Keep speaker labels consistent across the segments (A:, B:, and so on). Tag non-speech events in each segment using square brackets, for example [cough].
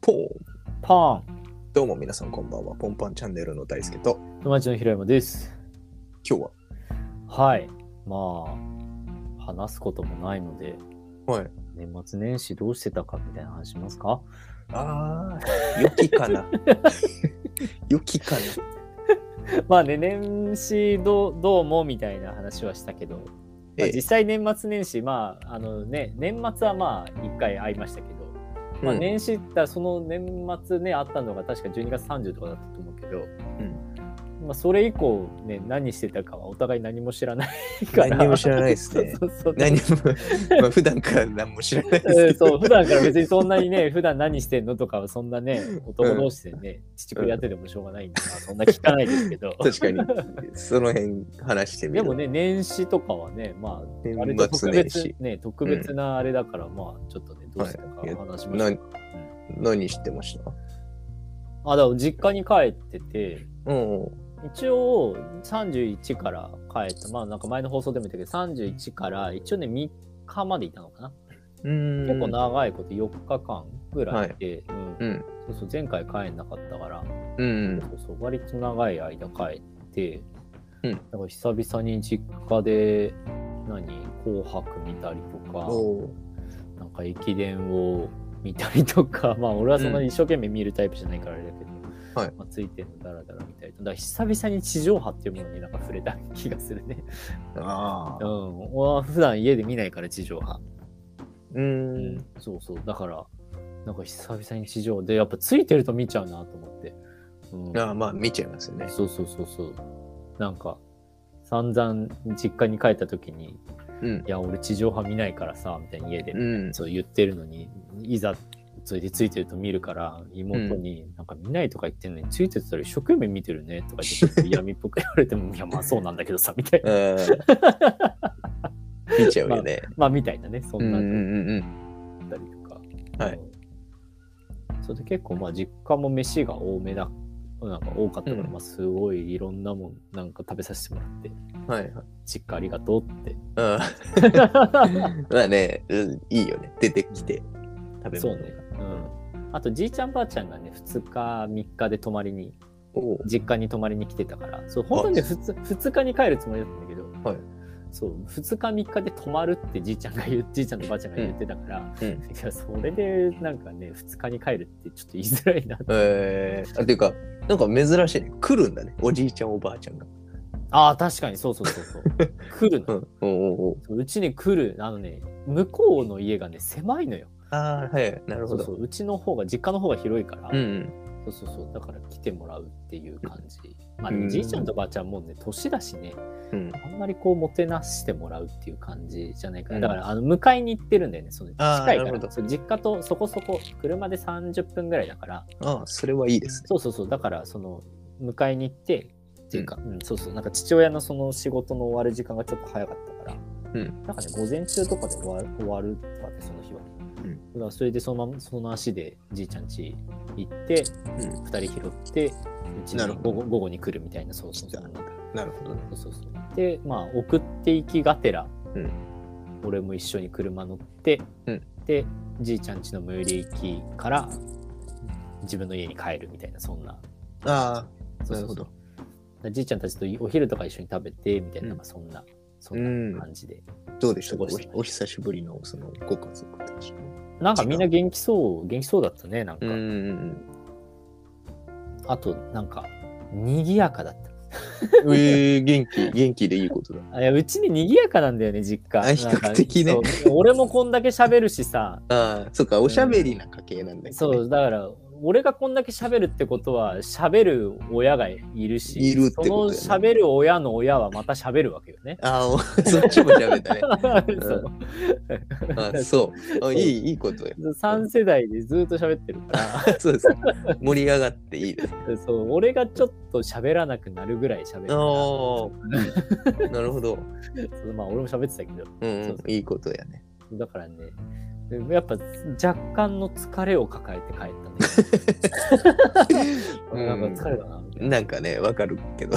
A: ポーン
B: パーン
A: どうも皆さんこんばんは。ポンパンチャンネルの大輔と、
B: 友達の平山です。
A: 今日は、
B: はい。まあ、話すこともないので、
A: はい。
B: 年末年始どうしてたかみたいな話しますか [laughs]
A: ああ、良きかな。良きかな。
B: まあね、年始どうどうもみたいな話はしたけど、まあ、
A: ええ
B: 実際年末年始、まあ、あのね、年末はまあ、一回会いましたけど、まあ、
A: うん
B: 年始って言ったらその年末ね、あったのが確か12月30とかだったと思うけど、まあ、それ以降ね、何してたかはお互い何も知らないから。
A: 何にも知らないですね
B: [laughs] そうそうそう
A: 何も、 [laughs] まあ、普段から何も知らないです
B: う
A: け
B: んそ
A: ど。。
B: う普段から別にそんなにね、普段何してんのとかはそんなね、男同士でね、父くやっててもしょうがないんで、まあそんな聞かないですけど
A: [laughs] 確かに、
B: [laughs]
A: その辺話してみ
B: で
A: る。
B: も、ね、年始とかはね、まあ、あれ
A: 年末
B: と特
A: 年
B: 別
A: 始、。
B: ね、特別なあれだから、まあ、ちょっとね、どうしてたか
A: はい
B: 話しまし
A: な
B: ょう。
A: 何してました
B: あ、だから実家に帰ってて、
A: うん。
B: 一応31から帰った、まあなんか前の放送でも言ったけど、31から一応ね、3日までいたのかな。
A: うん。
B: 結構長いこと4日間ぐらいで、うん
A: うん。
B: そうそう、前回帰んなかったから。
A: うん。
B: そうそう割と長い間帰って、
A: うん
B: だから久々に実家で何紅白見たりとか
A: おー
B: なんか駅伝を見たりとか [laughs] まあ俺はそんなに一生懸命見るタイプじゃないからあれだけど、
A: はい
B: まあ、ついてるのダラダラ見たりとだから久々に地上波っていうものになんか触れた気がす
A: [laughs]
B: るね
A: あ
B: う
A: あ。
B: ん俺は普段家で見ないから地上波、
A: う。
B: うんそうそうだからなんか久々に地上でやっぱついてると見ちゃうなと思って、うん、
A: ああまあ、見ちゃいますよね。
B: そうそうそうそう。なんか、散々実家に帰った時に、
A: うん
B: い。や、俺地上波見ないからさ、みたいな家で、
A: うん。
B: そう言ってるのに、いざ、それでついてると見るから、妹に、なんか見ないとか言ってんのに、ついてたら一生懸命見てるね、とか言って、ちょっと嫌味っぽく言われても、いや、まあそうなんだけどさ、みたいな。
A: うん
B: [laughs]
A: 見ちゃうよね。
B: まあみたいなね、そ
A: うんん
B: な
A: う
B: の
A: んうんうん。
B: だったりとか。
A: はい
B: うん。それで結構、まあ実家も飯が多めだ。なんか多かったから、
A: うん
B: まあすごいいろんなもんなんか食べさせてもらって
A: はいはい。
B: 実家ありがとうって
A: うん
B: [laughs]
A: まあね、うんいいよね。出てきて。食べ物が
B: そうね。うん。あと、じいちゃんばあちゃんがね、2日、3日で泊まりに、
A: おう
B: 実家に泊まりに来てたから、そう、本当にね、ふつ2日に帰るつもりだったんだけど、
A: はい
B: そう、2日、3日で泊まるってじいちゃんが言う、 [laughs] じいちゃんとばあちゃんが言ってたから、
A: うん
B: いや、それで、なんかね、2日に帰るってちょっと言いづらいなって。
A: えー、あていうか、なんか珍しいね。来るんだね。おじいちゃん、おばあちゃんが。
B: ああ、確かに、そうそうそうそう。 [laughs] 来る
A: う
B: の。
A: ん。おうおうおう
B: そううちに来る、あのね、向こうの家がね、狭いのよ。
A: ああ、はい。なる
B: そ
A: ほ
B: う
A: ど。
B: そう、うちの方が、実家の方が広いから、
A: うん。
B: そうそうそう、だから来てもらうっていう感じ。まあ、
A: うん
B: じいちゃんとばあちゃんもね、年だしね、
A: うん。
B: あんまりこう、もてなしてもらうっていう感じじゃないか
A: う
B: な。
A: ん
B: だから、あの、迎えに行ってるんだよね、その
A: あー
B: 近いか
A: なるほ
B: ら。
A: ど
B: そう実家とそこそこ、車で30分ぐらいだから、
A: ああ、それはいいですね。
B: そうそうそう、だから、その、迎えに行って、っていうか、うんそうそう、なんか父親のその仕事の終わる時間がちょっと早かったから、
A: う
B: なんかね、午前中とかで終わる終わるとかって、その日は。
A: うん
B: だからそれでそのままその足でじいちゃん家行って、
A: うん。
B: 2人拾って、うち
A: なる
B: に
A: ほ
B: 午
A: ど
B: 後午後に来るみたいな、そうそうそう。
A: なるほどね。
B: そうそうそうで、まあ、送っていきがてら、
A: うん
B: 俺も一緒に車乗って、
A: うん
B: で、じいちゃん家の最寄り駅から自分の家に帰るみたいな、そんな。
A: あ
B: そうそうそ
A: なる
B: う
A: ほど
B: でじいちゃんたちとお昼とか一緒に食べて、みたいな、
A: うん
B: まあそんな、そんな感じで。
A: あ、どうでしたか
B: 過ごして
A: おお久しぶりの、その、ご家族たち。
B: なんかみんな元気そう、元気そうだったね、なんか。
A: うんうん
B: あと、なんか、賑やかだった。
A: うん。えー、元気、元気でいいことだ。
B: あいやうちに賑やかなんだよね実家
A: あ比較的ね
B: なんかそう俺もこんだけ喋るしさ
A: ああ、そっか、おしゃべりな家系なんだけどね
B: そうだから俺がこんだけ喋るってことは喋る親がいるし
A: いるってことだよね
B: その喋る親の親はまた喋るわけよね
A: ああ、おそっちも喋ったね。
B: [laughs] そう [laughs]
A: あそうあ。いい、いいことよ。
B: 3世代でずっと喋ってるか
A: [laughs]
B: ら
A: そうです。盛り上がっていいです。
B: [laughs] そう俺がちょっと喋らなくなるぐらい喋る
A: ああ、なるほど。
B: [laughs] そうまあ俺も喋ってたけ
A: うん
B: ど、そううんそ、
A: いいことやね。
B: だからね、でもやっぱ若干の疲れを抱えて帰ったね。
A: [laughs] うん
B: なんか疲れたな、みたいな。
A: なんかね、わかるけど。 [laughs]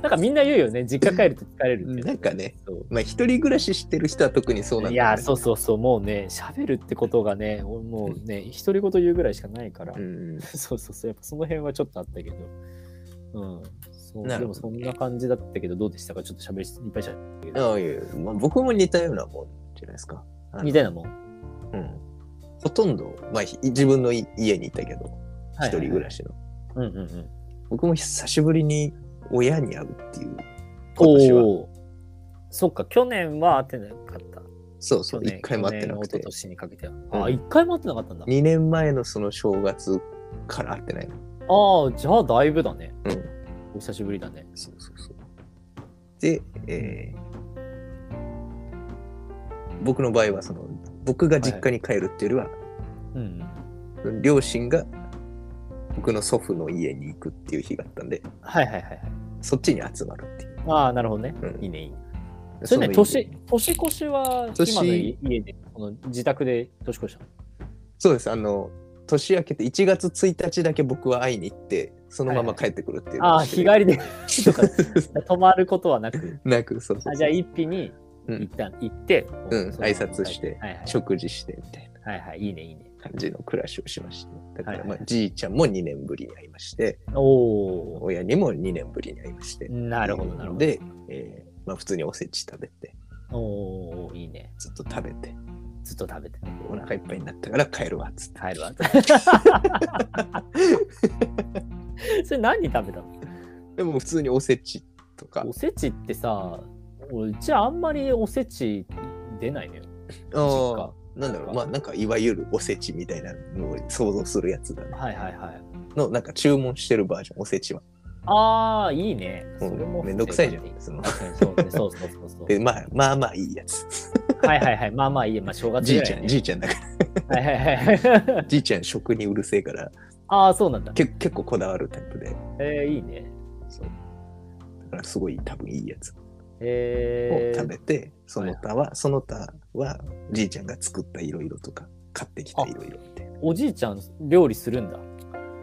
B: なんかみんな言うよね、実家帰ると疲れるって。
A: なんかね
B: そう。
A: まあ、一人暮らししてる人は特にそうなんだ、
B: い
A: ね。
B: や、そうそうそう、もうね、喋るってことがね、俺もうね、独り言言うぐらいしかないから、
A: うん。
B: [laughs] そうそうそう、やっぱその辺はちょっとあったけど、うん、そう
A: な
B: で
A: るほど
B: もそんな感じだったけど、どうでしたかちょっと喋りし、いっぱいしゃべったけど、
A: ああいやまあ、僕も似たようなもんじゃないですか。
B: みたいなもん。
A: うん。ほとんど、まあ、ひ自分のい家にいたけど、一人暮ら
B: し。
A: しの。
B: うんうんうん。
A: 僕も久しぶりに親に会うっていう。今年は。
B: おおー。そっか、去年は会ってなかった。
A: そうそ
B: 去
A: う、
B: 年
A: 一回も会ってなく
B: 去年一昨
A: て。
B: 年にかけては。
A: うん
B: あ、一回も会ってなかったんだ。
A: 2年前のその正月から会ってないの。
B: ああ、じゃあだいぶだね。
A: うん
B: お久しぶりだね。
A: そうそうそう。で、えー僕の場合はその、僕が実家に帰るっていうよ
B: うん。
A: りは、両親が僕の祖父の家に行くっていう日があったんで、
B: はいはいはいはい。
A: そっちに集まるっていう。
B: ああ、なるほどね。
A: うん
B: いいね、いいね。それ
A: の
B: ね、
A: 家
B: 年、年越しは、
A: 年
B: 今の家で、この自宅で年越したの
A: そうです。あの、年明けて1月1日だけ僕は会いに行って、そのまま帰ってくるっていうの
B: あ
A: を
B: あ、
A: して
B: 日
A: る。
B: 帰りで [laughs] とか、泊まることはなく、
A: [laughs] なく、そうそうそう
B: あじゃあ一匹に
A: うん
B: 一旦行って、
A: うん
B: そのまま
A: 挨拶して
B: はいはい、
A: 食事してみたいな
B: はいはい、いいね、いいね。
A: 感じの暮らしをしました。だか
B: は
A: ら、
B: い
A: ま
B: は
A: あ
B: い、
A: じいちゃんも2年ぶりに会いまして、
B: おお、
A: 親にも2年ぶりに会いまして。
B: なるほど、なるほど。
A: で、えーまあ、普通におせち食べて、
B: おお、いいね。
A: ずっと食べて、
B: ずっと食べて、
A: お腹いっぱいになったから帰るわっつって。
B: 帰
A: [laughs]
B: るわ。それ何食べたの
A: でも普通におせちとか
B: お、せちってさ、俺うちあんまりおせち出ないのよ。
A: あーなんだ
B: な
A: ろ
B: んか
A: う、まあなんかいわゆるおせちみたいなのを想像するやつだね。
B: はいはいはい。
A: の、なんか注文してるバージョン、おせちは。
B: ああ、いいね。
A: う
B: そ
A: ん
B: れも
A: めんどくさいじゃん
B: 普通に
A: その
B: 確かにそうねそうそうそうそ
A: [laughs]
B: う。
A: で、まあまあまあいいやつ。
B: はいはいはい。まあまあいいや。まあ正月
A: じ
B: ぐ
A: い
B: ら
A: ち
B: い
A: ゃん、
B: ね
A: じいちゃんだから、
B: はいはいはい。 [laughs]
A: じいちゃん食にうるせえから、
B: ああ、そうなんだ。
A: け結構こだわるタイプで、
B: えー、いいね。
A: そう。だからすごい多分いいやつ
B: え
A: を
B: ー、
A: 食べて、その他は、その他はじいちゃんが作ったいろいろとか、買ってきたいろいろみたいな。
B: おじいちゃん料理するんだ。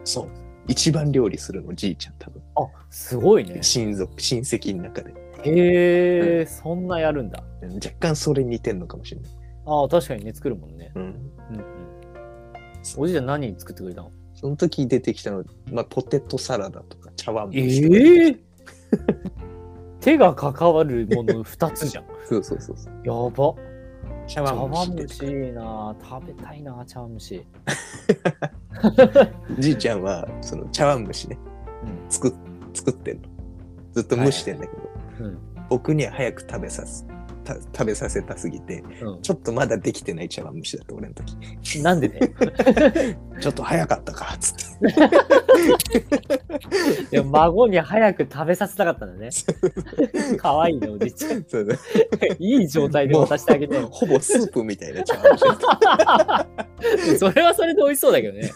A: そう。一番料理するのじいちゃん多分。
B: あすごいね。
A: 親族、親戚の中で。
B: へえ、そんなやるんだ。
A: 若干それに似てんのかもしれない。
B: ああ、確かにね、作るもんね。
A: うん。
B: うんうん、おじいちゃん何作ってくれたの
A: その時出てきたの、まあ、ポテトサラダとか茶碗蒸しとか
B: ええ手が関わるもの2つじゃん。
A: そうそうそうそう。
B: や
A: [laughs]
B: ば。
A: 茶
B: 茶
A: 碗蒸
B: 碗
A: し
B: 蒸
A: 出
B: していいな。食べたいな、茶碗蒸し。
A: じいちゃんは、その茶碗蒸しね、
B: うん
A: 作っ作ってんの。ずっと蒸してんだけど、
B: うん
A: 僕には早く食べさす。た食べさせたすぎて、
B: うん
A: ちょっとまだできてない茶碗蒸しだった俺の時。
B: な
A: [laughs]
B: んでね
A: ちょっと早かったか、つ
B: [laughs]
A: って。
B: いや孫に早く食べさせたかったんだね。
A: [laughs]
B: かわいいね、おじいちゃん。
A: そうそう
B: いい状態で渡してあげて。
A: ほぼスープみたいな茶碗蒸しだ
B: [laughs]
A: った。
B: それはそれで美味しそうだけどね。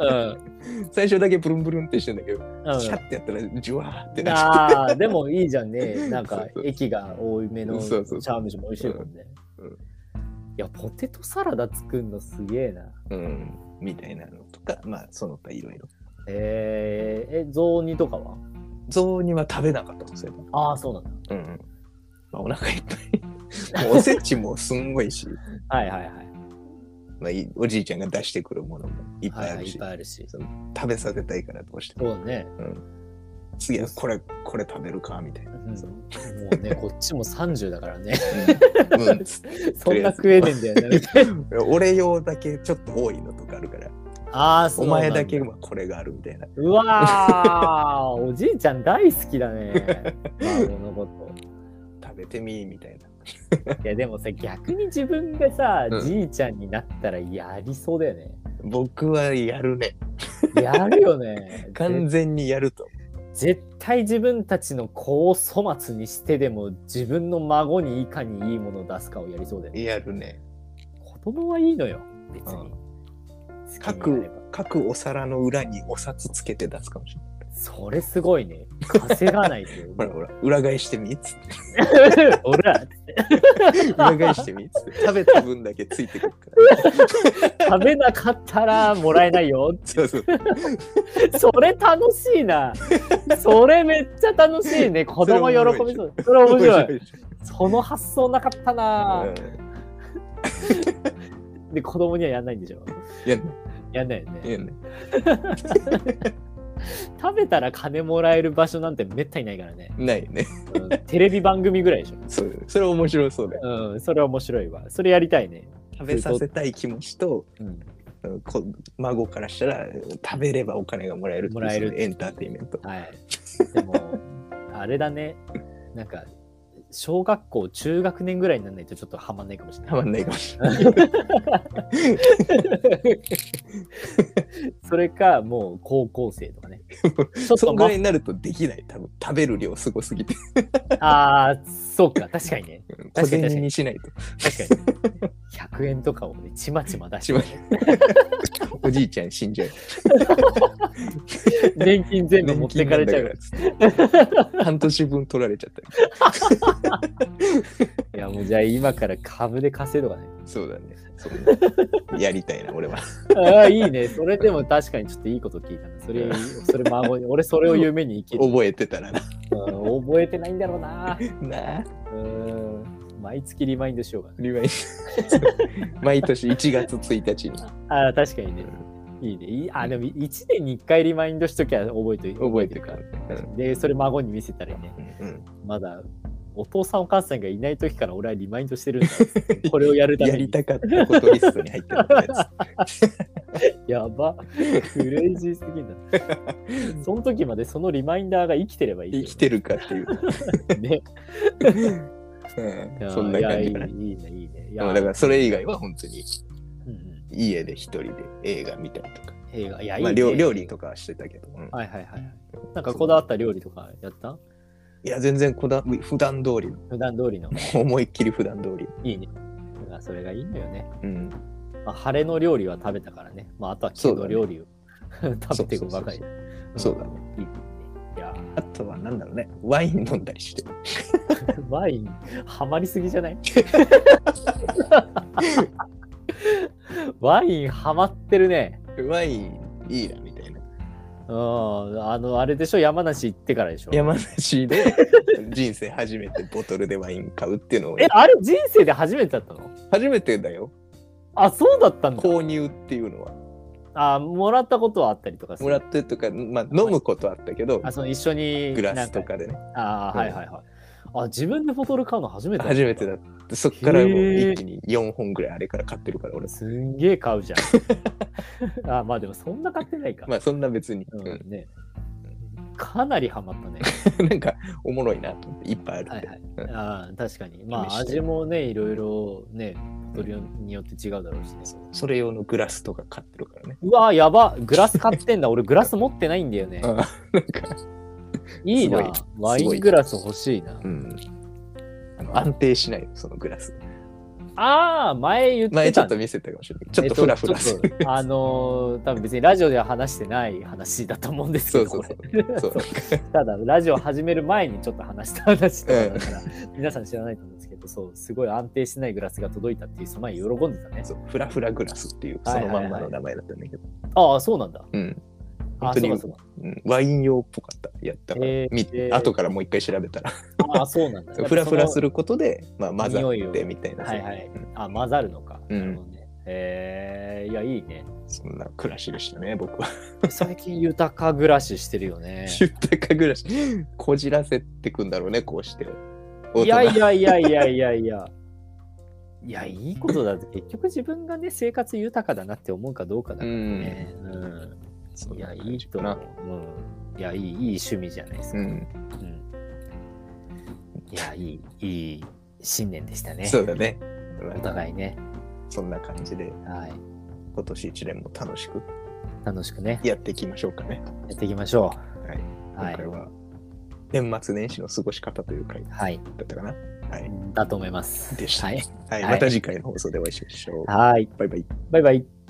B: うん
A: 最初だけブルンブルンってしてんだけど、
B: うん。
A: シャッてやったらジュワーってなっちゃう
B: ああ、でもいいじゃんね。なん
A: そ
B: か
A: うそう
B: 液が多めのチ
A: そ
B: ャ
A: うそう
B: ームジも美味しいもんね
A: うんうん。
B: いや、ポテトサラダ作るのすげえな。
A: うん、みたいなのとか、まあ、その他いろいろ。
B: えー、え、雑煮とかは
A: 雑煮は食べなかったの、そういえ
B: ああ、そうなんだ。
A: ば。うん、まあ、お腹いっぱい。 [laughs] もうおせちもすんごいし、
B: はいはいはい。
A: まあ、いおじいちゃんが出してくるものもいっぱ
B: はいい
A: あ
B: はい、
A: る
B: いっ
A: し、
B: ぱいあるし。そ
A: 食べさせたいからどうしても。
B: うだね。
A: 次はこれ、これ食べるか、みたいな。
B: うんもうね、こっちも30だからね。
A: うんうんつって
B: そんな食えねえんだよね。
A: 俺用だけちょっと多いのとかあるから、
B: [laughs] ああ、そ
A: お
B: うなんだ。
A: 前だけはこれがあるみたいな。
B: うわー、おじいちゃん大好きだ
A: [laughs]
B: ね。孫のこと。
A: 食べてみ、みたいな。
B: いや、でもさ、逆に自分がさ、
A: うん
B: じいちゃんになったらやりそうだよね。
A: 僕はやるね。。
B: やるよね
A: [laughs] 完全にやると思
B: ぜ絶対自分たちの子を粗末にしてでも、自分の孫にいかにいいものを出すかをやりそうだよ
A: う。
B: ね。
A: やるね。
B: 子供はいいのよ、別に。
A: うん
B: 好きにやれば
A: 各各お皿の裏にお札つけて出すかもしれない。
B: それすごいね。稼がないですよ。
A: [laughs] ほらほら、裏返してみっつって。
B: [laughs] ほら、
A: 裏返してみっつって。食べた分だけついてくるか
B: [laughs]
A: ら。
B: 食べなかったらもらえないよ。
A: そうそう。
B: それ楽しいな。それめっちゃ楽しい [laughs] ね。子供喜びそう。それ面白い。
A: でしょ。
B: その発想なかったな。で、子供にはやんないんでしょ。
A: うんやんな
B: やんないよ
A: い
B: ね。
A: やんない
B: 食べたら金もらえる場所なんてめったにないからね。
A: ないよね。
B: うんテレビ番組ぐらいでしょ。
A: そうそれ面白そうだよ。
B: うん、それは面白いわ。それやりたいね。
A: 食べさせたい気持ちと、
B: うん、
A: うんこ孫からしたら食べればお金がもらえるっていう
B: もらえる
A: そのエンターテインメント。
B: はい。でも、あれだね。なんか、小学校、中学年ぐらいにならないとちょっとはまんないかもしれ
A: たま
B: ない。
A: んないかもしれない。
B: [laughs] それか、もう高校生とか [laughs] ね。ちょっ
A: そ
B: と
A: んぐ
B: ま
A: らいになるとできない。多分食べる量すごすぎて。
B: ああ、そうか、確かにね。
A: うん小
B: 確かに
A: 銭にしないと。
B: 確かに。100円とかをね、ちまちま出して、
A: おじいちゃん死んじゃう。
B: 年金 [laughs] 全部持ってかれちゃうから。
A: ら。半年分取られちゃったり。
B: いや、もうじゃあ今から株で稼いとかね。
A: そうだね。そうねやりたいな、
B: [laughs]
A: 俺は。
B: ああ、いいね。それでも確かにちょっといいこと聞いたな。それ、それ孫に、俺それを夢に生 [laughs] きる。
A: 覚えてたらな。
B: うん覚えてないんだろうな。
A: なあ
B: うん。毎月リマインドしようかな。
A: リマインド [laughs] 毎年1月1日に
B: ああ、確かにね。いいね。いいあ、でも1年に1回リマインドしときゃ覚えてる。
A: 覚えてるから。
B: で、それ孫に見せたらいいね。
A: うんうん
B: まだ、お父さんお母さんがいない時から俺はリマインドしてるんだっつ
A: [laughs]
B: って。これをやるた
A: や
B: め
A: り
B: に。
A: たかったことリストに入ってるやつ。
B: やば。クレイジーすぎんだ。
A: [laughs]
B: その時までそのリマインダーが生きてれ [laughs] ばいいけど
A: 生
B: ね。
A: きてるかっていう。
B: ね。
A: うん [laughs] そんない
B: や
A: 感
B: いい
A: じか
B: ね
A: な。、
B: いいね、いいね。い
A: で
B: や
A: もだからそれ以外は本当に
B: うんうん
A: 家で一人で映画見たりとか。
B: 映画、いや、いい
A: まあ
B: ね
A: 料料理とかはしてたけど。うん
B: はいはいはい。なんかこだわった料理とかやった
A: いや、全然こだ普段通り [laughs] の。
B: 普段通りの。
A: 思いっきり普段通り。
B: いいね。まあそれがいいんだよね。
A: うん。
B: まあ、晴れの料理は食べたからね。まあ、あとは
A: そ
B: 毛
A: うだ
B: の
A: ね
B: 料理を [laughs] 食べていくばかり
A: そ
B: だ。
A: そうだね。
B: いいね。いや、
A: あとはなんだろうね。ワイン飲んだりして。
B: [laughs] ワイン、ハマりすぎじゃない [laughs] ワイン、ハマってるね。
A: ワインいいなみたいな。
B: うん。あの、あれでしょ、山梨行ってからでしょ。
A: 山梨で人生初めてボトルでワイン買うっていうのを
B: え、あれ、人生で初めてだったの
A: 初めてだよ。
B: あ、そうだったんだ。
A: 購入っていうのは。
B: あ、もらったことはあったりとかす
A: もら
B: る
A: ってとか、まあ飲むことはあったけど
B: あ、、その一緒に。
A: グラスと
B: なん。
A: かでね。
B: あー、はいはいはい。あ、自分でボトル買うの初めて
A: 初めてだ
B: っ
A: った。そっからもう
B: へー
A: 一気に4本ぐらいあれから買ってるから俺
B: た。。すんげえ買うじゃん。 [laughs] あ、まあでもそんな買ってない
A: [laughs]
B: か。
A: まあそんな別に。
B: う
A: うん
B: ね。かなりハマったね。
A: ん [laughs] なんかおもろいなと思って、いっぱいある
B: はい
A: んで
B: はい。
A: うん
B: あー確かに。まあ
A: 試して
B: 味もね、いろいろね、ボトルによって違うだろうしね。
A: それ用のグラスとか買ってるからね。
B: うわーやばグラス買ってんだ。俺グラス持ってないんだよね
A: う。んなんか、
B: いい
A: すご。
B: ないワイングラス欲しいな。
A: うん。あの安定しないよ、そのグラス。
B: ああ、前言ってたね
A: 前ちょっと見せたかもしれない。ちょっとフラフラする。
B: えっとちょっとあのー多分別にラジオでは話してない話だと思うんです
A: そ
B: けど
A: うそうそう
B: こ。
A: そう
B: れただラジオ始める前にちょっと話した話とかだから、皆さん知らないと思うんですけどそうすごい安定しないグラスが届いたっていうその前に喜んでたね
A: そうフラフラグラスっていう
B: は
A: そ
B: い
A: の
B: はいは
A: まんま
B: い
A: の名前だったんだけど、
B: ああそうなんだ
A: うん
B: あ
A: 本
B: あ
A: 当
B: そう
A: に
B: かそうか
A: うんワイン用っぽかったやったから、
B: へー
A: み後からもう一回調べたら
B: [laughs] ああそうなんだ
A: フラフラす
B: る
A: ることで、まあ、混ざ
B: 匂い
A: っ
B: を
A: てみたいな、
B: はいはい
A: うん
B: あ混ざるのか、
A: うん
B: なるほどねえー、いやいいね
A: そんな暮らしでしたね僕は
B: 最近豊か暮らししてる
A: [laughs]
B: よね
A: 豊か暮らしこじらせてくんだろうねこうして大人
B: いやいやいやいやいやいや。いや、いいことだって、結局自分がね、生活豊かだなって思うかどうかだ
A: う
B: から
A: ん
B: ね。うん。
A: そん
B: い
A: な
B: や、い
A: 感
B: い
A: じ
B: と
A: か
B: 思
A: な
B: う。うん、いや、いい、いい趣味じゃないですか。
A: うん
B: うんいや、いい、いい新年でしたね。
A: そうだねまあ
B: お互いね。
A: そんな感じで
B: はい。
A: 今年一年も楽しく
B: 楽しくね、
A: やっていきましょうかね
B: やっていきましょう。は
A: 今
B: い
A: 回。は年末年始の過ごし方という回だ
B: はい。
A: ったかなはい
B: だと思います。
A: でした
B: はい。
A: はい、
B: はい
A: また次回の放送でお会いしましょう。
B: はい。
A: バイバイ。
B: バイバイ。